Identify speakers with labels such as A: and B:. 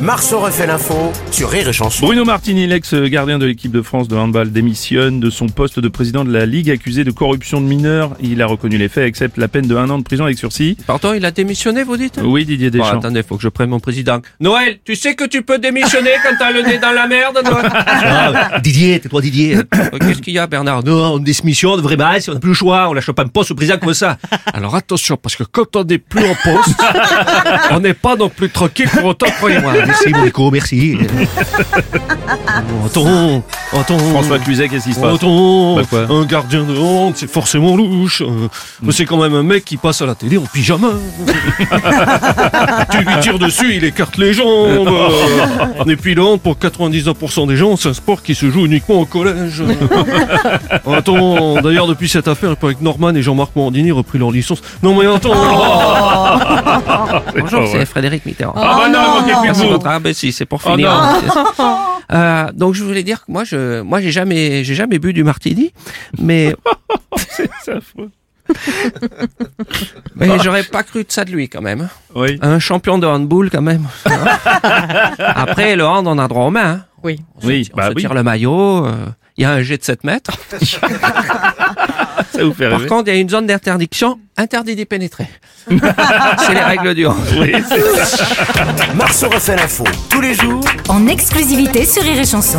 A: Marceau refait l'info sur Rire et Chanson.
B: Bruno Martini, l'ex-gardien de l'équipe de France de handball, démissionne de son poste de président de la Ligue accusé de corruption de mineurs. Il a reconnu les faits, accepte la peine de un an de prison avec sursis.
C: Pardon, il a démissionné, vous dites
B: Oui, Didier
C: Bon,
B: Deschamps.
C: attendez, faut que je prenne mon président. Noël, tu sais que tu peux démissionner quand t'as le nez dans la merde, Noël
D: Didier, tais-toi Didier.
C: Euh, Qu'est-ce qu'il y a, Bernard Non, on démissionne, vraiment, si on n'a plus le choix, on lâche pas un poste au président comme ça. Alors attention, parce que quand on n'est plus en poste, on n'est pas non plus tranquille pour autant, croyez-moi.
D: merci mon écho, merci.
C: Anton, Anton,
B: François Cluzet, qu'est-ce qui se passe
C: Anton,
B: Bah quoi Hmm.
C: un gardien de honte, c'est forcément louche. Euh, C'est quand même un mec qui passe à la télé en pyjama. tu lui tires dessus, il écarte les jambes. Euh, Et puis la honte, pour 99% des gens, c'est un sport qui se joue uniquement au collège. Anton, d'ailleurs, depuis cette affaire, il paraît que Norman et Jean-Marc Morandini ont repris leur licence. Non mais Anton
B: Bonjour, c'est
C: Frédéric Mitterrand.
B: Ah bah non, manquez plus
C: Merci
B: de vous.
C: votre- ah ben si, c'est pour
B: Oh
C: finir.
B: non.
C: Euh, donc je voulais dire que moi je moi j'ai jamais j'ai jamais bu du martini, mais
B: C'est affreux.
C: mais j'aurais pas cru de ça de lui quand même.
B: Oui.
C: Un champion de handball quand même. Après le hand on a droit aux mains. hein. On
B: Oui,
C: se, on
B: bah
C: se
B: oui,
C: tire le maillot. euh, Il y a un jet de 7 mètres.
B: ça vous fait
C: Par
B: rêver.
C: contre, il y a une zone d'interdiction, interdit d'y pénétrer. C'est les règles du hand.
B: Oui, c'est-
A: Marceau refait l'info tous les jours
E: en exclusivité sur Rire et Chanson.